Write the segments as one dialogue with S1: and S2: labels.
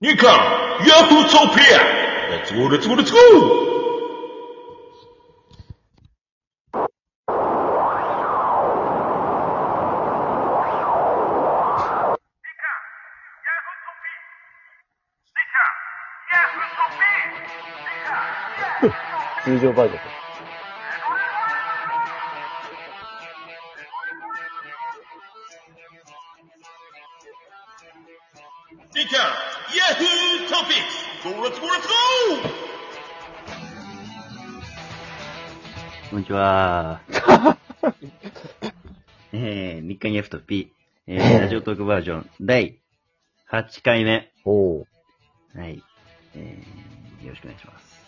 S1: ニカン、ヤフーソーピア !Let's go, let's go, let's go!
S2: 通常バージョン。
S1: ニカン、ヤフートピック !Go, let's go, let's go!
S3: こんにち は。えー、日刊 F と P、えー、ラジオトークバージョン第8回目。
S2: おー。
S3: はい。えー、よろしくお願いします。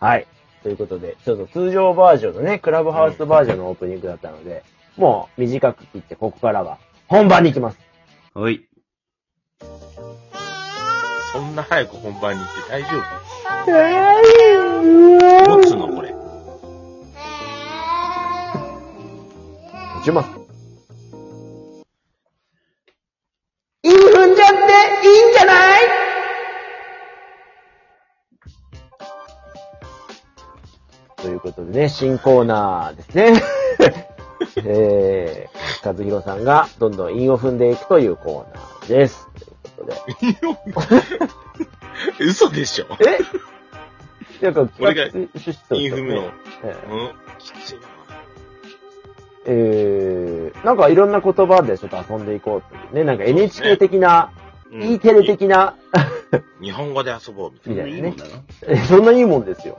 S2: はい。ということで、ちょっと通常バージョンのね、クラブハウスバージョンのオープニングだったので、もう短く切って、ここからは本番に行きます。
S3: おい。
S4: そんな早く本番に行って大丈夫持
S2: 持
S4: つのこれ。
S2: ちます。イン踏んじゃっていいんじゃないということでね、新コーナーで すね。えー、和弘さんがどんどん韻を踏んでいくというコーナーです。ということで。
S4: 嘘でしょ。
S2: え っていうか、
S4: 俺が
S2: 企画趣旨と
S4: イ
S2: し
S4: ン
S2: て
S4: フムの。
S2: ええ
S4: うん。きついな。
S2: えー、なんかいろんな言葉でちょっと遊んでいこうっていうね、なんか NHK 的な、
S4: うん
S2: E テレ的な、
S4: 日本語で遊ぼうみたい
S2: みたいな
S3: そん。ないいもん
S2: ねえ そんないいもんですよ。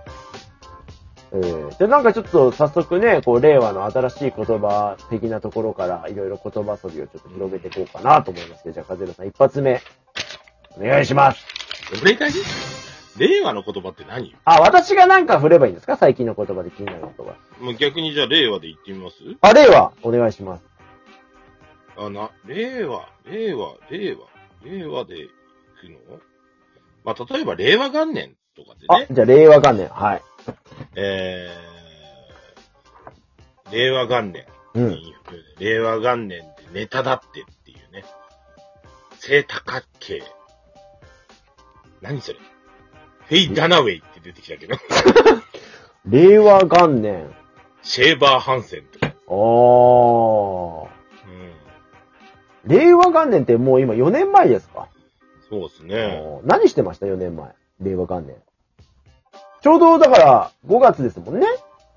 S2: えー、で、なんかちょっと早速ね、こう、令和の新しい言葉的なところから、いろいろ言葉遊びをちょっと広げていこうかなと思いますけど、じゃあ、カズルさん一発目、お願いします。
S4: な。俺が令和の言葉って何よ
S2: あ、私がなんか振ればいいんですか最近の言葉で気になる言葉。
S4: もう逆にじゃあ令和で言ってみます
S2: あ、令和、お願いします。
S4: あ、な、令和、令和、令和、令和で行くのまあ、例えば令和元年とかで
S2: あ
S4: ね、、
S2: じゃあ、令和元年、はい。
S4: えー、令和元年。
S2: うん。
S4: 令和元年でネタだってっていうね。正多角形。何それフェイ・ダナウェイって出てきた けど。
S2: 令和元年。
S4: シェーバー・ハンセンとか。
S2: あ
S4: う
S2: ー。
S4: ん。
S2: 令和元年ってもう今4年前ですか、
S4: そうですね。
S2: おー何してました ?4 年前。令和元年。ちょうどだから5月ですもんね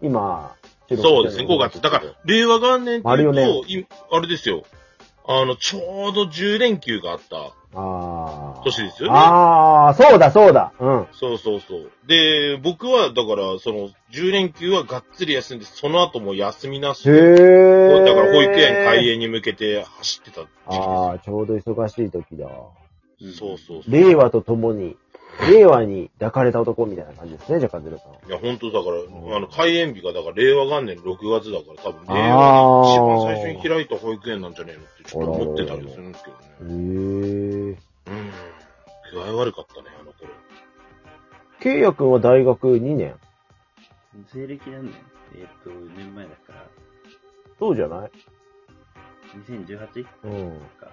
S2: 今、収録して
S4: そう
S2: るの
S4: ですね、5月。だから、令和元年って
S2: ある
S4: い
S2: よ
S4: う
S2: ね
S4: と、いあれですよ。あの、ちょうど10連休があった。
S2: あー。
S4: 年ですよね
S2: あー、そうだそうだ。うん。
S4: そうそうそう。で、僕は、だから、その、10連休はがっつり休んで、その後も休みなし
S2: へ
S4: で、
S2: ー。
S4: だから保育園開園に向けて走ってた時期ですよ
S2: あー、ちょうど忙しい時だ。
S3: な
S4: そうそうそう。
S2: 令和と共に、令和に抱かれた男みたいな感じですね、じゃあ、カズルさん。
S4: いや、本当だから、
S2: ん
S4: あの、開園日が、だから、令和元年6月だから、多分、令和で一番最初に開いた保育園なんじゃねえのって、ちょっと思ってたりするんですけど
S2: へ
S4: ね。
S2: ー。
S4: うん。具合悪かったね、あの頃。
S2: ケイヤ君は大学2年
S3: 西暦何年えーっと、4年前だから、
S2: そうじゃない
S3: 2018
S2: うん。
S3: か。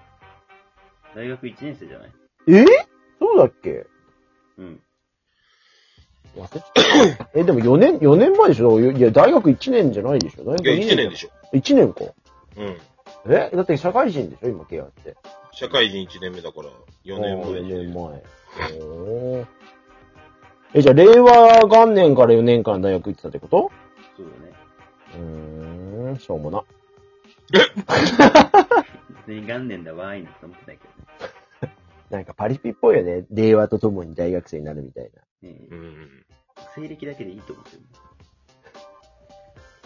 S3: 大学1年生じゃない
S2: えそうだっけ
S3: うん。
S2: え、でも4年、4年前でしょいや、大学1年じゃないでしょ大学
S4: いや、1年でしょ。
S2: ょ ?1 年か。
S4: うん。
S2: えだって社会人でしょ今、ケアって。
S4: 社会人1年目だから、4年
S2: あ
S4: 前
S2: ー
S4: に。
S2: 4年前。 おーえ、じゃあ、令和元年から4年間大学行ってたってこと
S3: そうだね。
S2: うーん、しょうもな。
S3: 別に元年だわーいなと思ってないけ
S2: なんかパリピっぽいよね。令和とともに大学生になるみたいな。
S3: どね。
S4: う
S3: ね
S4: ん。
S3: 西暦だけでいいと思ってる。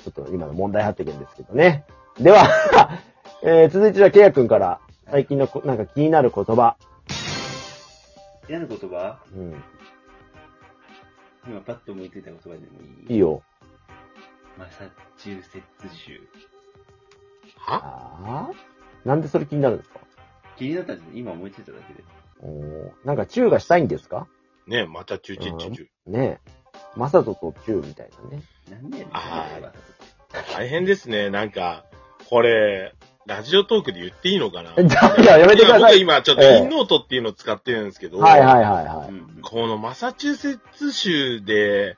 S2: ちょっと今の問題発言ですけどね。では、 えー、続いてじゃあ、ケイヤ君から、最近のこ、なんか気になる言葉。
S3: 嫌な言葉
S2: うん。
S3: 今パッと思いついた言葉でもいい
S2: いいよ。
S3: マサチューセッツ州。
S4: は
S2: ああなんでそれ気になるんですか
S3: 気になったんじゃない今思いついただけで。
S2: おーなんかチューがしたいんですか
S4: ねえまたチュチュチュチュ。
S2: ねえ。マサトとチューみたいなね。
S3: なんでやねん
S4: あー
S3: それは
S4: 大変ですね、なんか、これ、ラジオトークで言っていいのかな
S2: じゃあ、いや、やめてください。
S4: いや僕今ちょっとインノートっていうのを使ってるんですけど、
S2: はいはいはいは
S3: う
S2: い。
S3: ん
S4: このマサチューセッツ州で、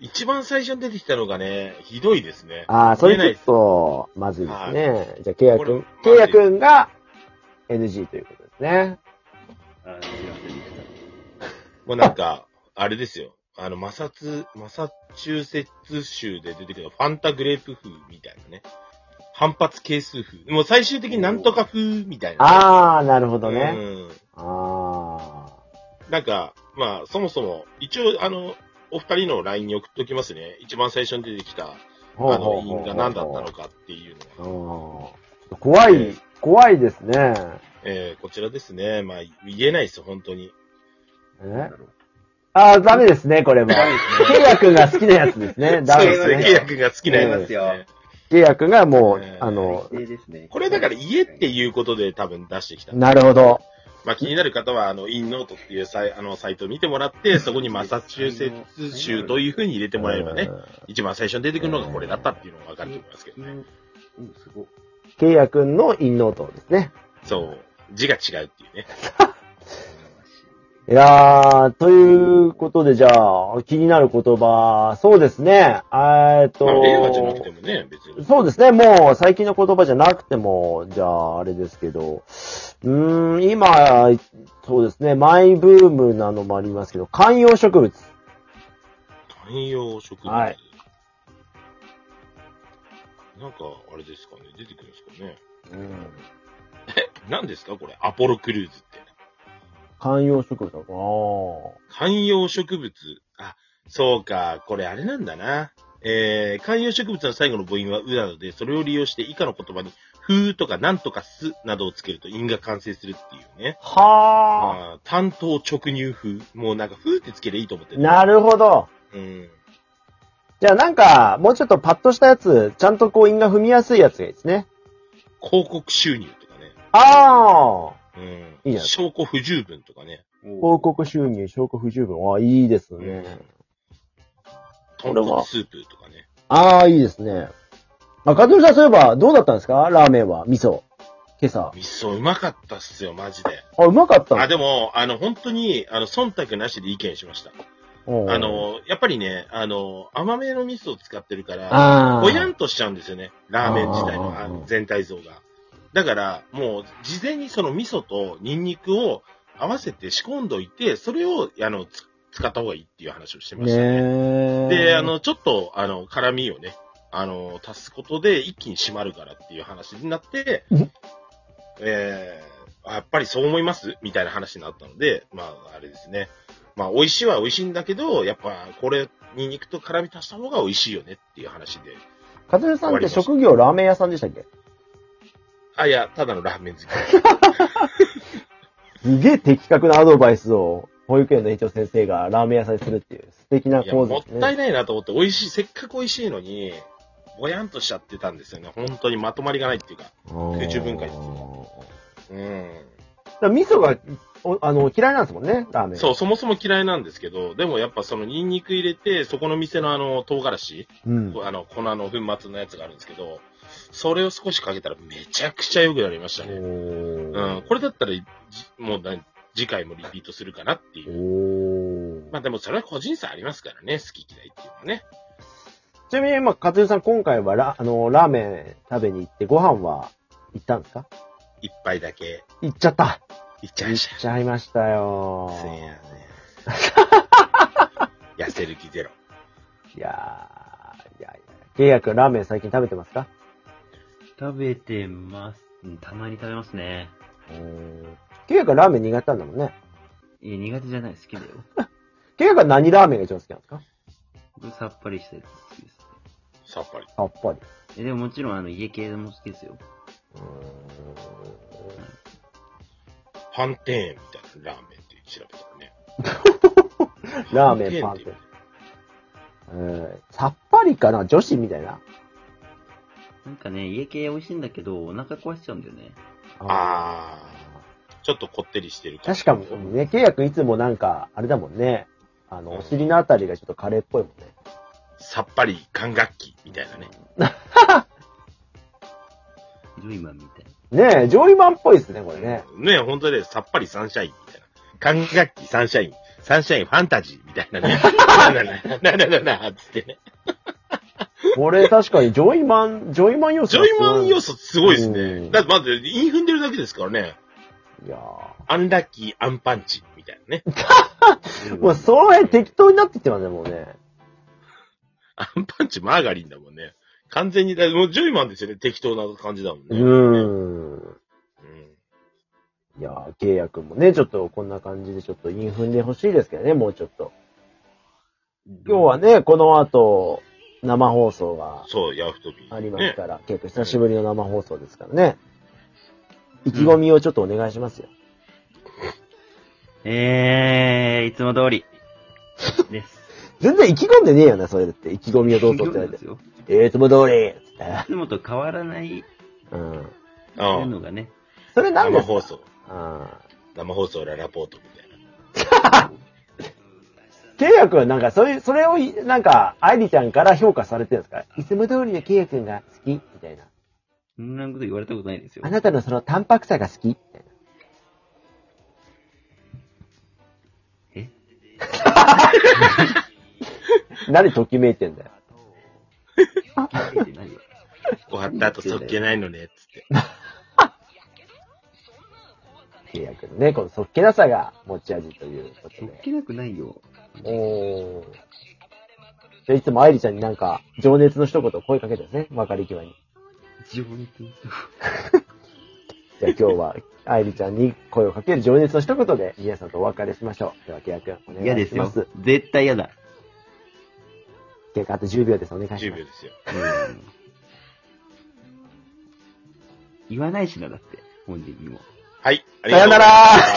S4: 一番最初に出てきたのがね、ひどいですね。
S2: ああ、それちょっと、まずいですね。じゃあ、ケイヤくん、
S4: こ
S2: ケ
S4: れ
S2: イヤくんが NG ということですね。
S3: あすいませんでした。
S4: もうなんか、あれですよ。あの、マサツ、マサチューセッツ州で出てくるファンタグレープ風みたいなね。反発係数風。もう最終的になんとか風みたいな。あ、
S2: ああ、なるほどね。
S4: うん。
S2: あ
S4: なんか、まあ、そもそも、一応、あの、お二人の LINE に送っておきますね。一番最初に出てきた、あ
S2: あ。
S4: の、委員が何だったのかっていうのは。
S2: うん怖い、怖いですね。
S4: えー、こちらですね。まあ、言えないですよ、本当に。
S2: えああ、ダメですね、これも。ケイヤくんが好きなやつですね。ダメで
S3: そう
S2: す
S3: ですね
S4: ケイ
S2: ね。
S4: ヤ君が好きなやつです
S3: そうで
S4: ね。
S2: ケイヤくんがもう
S4: え、ー
S2: あの、
S3: 最低ですね
S4: これだから家っていうことで多分出してきた。
S2: なるほど。
S4: まあ気になる方は、あの、インノートっていうサイあのサイトを見てもらって、そこにマサチューセッツ州という風に入れてもらえればね
S2: う、ん。
S4: 一番最初に出てくるのがこれだったっていうのがわかると思いますけどね。
S3: うん、すごい。
S2: ケイヤくんの陰ノートですね。
S4: そう。字が違うっていうね。
S2: いやー、ということで、じゃあ、気になる言葉、そうですね。えーっと、
S4: まあ、令和じゃなくてもね、別に。
S2: そうですね、もう最近の言葉じゃなくても、じゃあ、あれですけど、うーん、今、そうですね、マイブームなのもありますけど、観葉植物。
S4: 観葉植物。
S2: はい
S4: なんか、あれですかね、出てくるんですかね。何ですかこれ、アポロクルーズって。
S2: 観葉植物。あ
S4: 観葉植物。あ、そうか、これあれなんだな。えー、観葉植物の最後の母音はうなので、それを利用して以下の言葉に、ふーとかなんとかすなどをつけると音が完成するっていうね。
S2: あ。はあ。
S4: あー担当直入風。もうなんか、ふーってつければいいと思ってる。
S2: なるほど。
S4: うん。
S2: じゃあなんか、もうちょっとパッとしたやつ、ちゃんとこう、韻が踏みやすいやつがいいですね。
S4: 広告収入とかね。
S2: ああ。
S4: うん。
S2: いいじゃん
S4: 証拠不十分とかね。
S2: 広告収入、証拠不十分。ああ、いいですね。
S4: 豚
S2: れは
S4: 骨スープとかね。
S2: ああ、いいですね。あ、かずみさん、そういえば、どうだったんですかラーメンは、味噌。今朝。
S4: 味噌うまかったっすよ、マジで。
S2: あ、うまかった
S4: あ、でも、あの、本当に、あの、忖度なしで意見しました。
S2: も
S4: あ、の、やっぱりね、あの、甘めの味噌を使ってるから、
S2: ああ。
S4: ぼやんとしちゃうんですよね。ラーメン自体の
S2: あー
S4: あの全体像が。だから、もう、事前にその味噌とニンニクを合わせて仕込んどいて、それを、あの、つ使った方がいいっていう話をしてましたね。
S2: ねえ。
S4: で、あ、の、ちょっと、あの、辛味をね、あの、足すことで一気に締まるからっていう話になって
S2: うん、
S4: えー、あやっぱりそう思いますみたいな話になったので、まあ、あれですね。まあ、美味しいは美味しいんだけど、やっぱ、これ、ニンニクと辛味足した方が美味しいよねっていう話で。
S2: かずみさんって職業ラーメン屋さんでしたっけ
S4: あ、いや、ただのラー メン好き。
S2: すげえ的確なアドバイスを、保育園の園長先生がラーメン屋さんにするっていう素敵ない
S4: や、
S2: 構図
S4: も
S2: ですね。
S4: ったいないなと思って、美味しい、せっかく美味しいのに、ぼやんとしちゃってたんですよね。本当にまとまりがないっていうか。空中分解ですうん。
S2: だから味噌が、おあの、嫌いなんですもんね、ラーメン。
S4: そう、そもそも嫌いなんですけど、でもやっぱそのニンニク入れて、そこの店のあの、唐辛子、
S2: う。うん。
S4: あの、粉の粉末のやつがあるんですけど、それを少しかけたらめちゃくちゃ良くなりましたね。う
S2: お
S4: ん、これだったら、じもう何、次回もリピートするかなっていう。
S2: お
S4: まあでもそれは個人差ありますからね、好き嫌いっていうのはね。
S2: ちなみに、まあ、かつゆさん、今回はラ、あの、ラーメン食べに行って、ご飯は行ったんですか
S4: 一杯だけ、
S2: 行っちゃった。
S4: いっちゃいました。
S2: 行っちゃいましたよ。
S4: すいません。痩せる気ゼロ。
S2: いやー、いやいや。ケイヤ君、ラーメン最近食べてますか
S3: 食べてます。うんたまに食べますね。
S2: ケイヤ君、ラーメン苦手なんだもんね。
S3: いや、苦手じゃない、好きだよ。
S2: ケイヤ君、何ラーメンが一番好きなんですか
S3: 僕、さっぱりしたやつ好きですね。
S4: さっぱり。
S2: さっぱり。
S3: え、でももちろん、あの、家系も好きですよ。
S2: うーん
S4: パンテーンみたいなラーメンって調べたらね。
S2: ラーメン、パンっ
S4: パン
S2: て。うんさっぱりかな女子みたいな。
S3: なんかね、家系美味しいんだけど、お腹壊しちゃうんだよね。
S4: あー、ちょっとこってりしてる感
S2: 確
S4: じ
S2: かにね、ケイヤ君いつもなんか、あれだもんね。あの、お尻のあたりがちょっとカレーっぽいもんね。
S4: さっぱり管楽器みたいなね。
S3: ジョイマンみたい。
S2: ねえ、ジョイマンっぽいですね、これね。
S4: ね、本当で、さっぱりサンシャインみたいな。管楽器サンシャイン、サンシャインファンタジーみたいなね。なななななななつってね。
S2: これ確かにジョイマン、ジョイマン要素
S4: ジョ
S2: がす
S4: イ
S2: ごい
S4: マン要素すごいです
S2: う
S4: ね。
S2: ん
S4: だってまず、イン踏んでるだけですからね。
S2: いやー
S4: アンラッキー、アンパンチ、みたいなね。
S2: もうその辺適当になってきてますね、もうね。
S4: アンパンチ、マーガリンだもんね。完全に、だもうジョイマンですよね。適当な感じだもんね。
S2: う
S4: うん
S2: ーん。いやー、契約もね、ちょっとこんな感じでちょっとイン踏んでほしいですけどね、もうちょっと。今日はね、この後、生放送が
S4: そう、ヤフトビ。
S2: あります
S4: ね。
S2: から、結構久しぶりの生放送ですからね。意気込みをちょっとお願いしますよ。
S3: えー、いつも通り。です。
S2: 全然意気込んでねえよな、それだって。意気込みをどうぞって言われ
S3: で
S2: て
S3: す。よ
S2: えー、いつも通りっつっ。
S3: いつもと変わらないって
S2: うん。
S4: う。
S3: ていうんのがね。
S2: それなん
S4: 生
S2: ですか
S4: 放送。
S2: あ
S4: 生放送ララポートみたいな。
S2: ーケイヤ君はなんか、それ、それをい、なんか、愛理ちゃんから評価されてるんですかいつも通りのケイヤ君が好きみたいな。
S3: そんなこと言われたことないですよ
S2: あ。なたのその淡白さが好きみたいな。
S3: え
S2: 何ときめいてんだよ。
S3: 聞いてないよ
S4: 終わった後、そっけないのね、つって。
S2: ケイヤ君のね、このそっけなさが持ち味ということ
S3: そっ
S2: で。
S3: けなくないよ。
S2: おー。じゃあいつも愛理ちゃんになんか、情熱の一言を声かけてですね、別れ際に。
S3: 自分って言うと
S2: じゃあ今日は、 愛理ちゃんに声をかける情熱の一言で、皆さんとお別れしましょう。では、ケイヤ君、お願いします。
S3: 嫌ですよ。絶対嫌だ。
S2: ケイヤ君、あと10秒です。お願いします。
S4: 10秒ですよ。
S3: うん言わないしな、だって。本人にも。
S4: はい。あり
S2: さ
S4: が
S2: よ
S4: とうござい
S2: な
S4: ます
S2: ら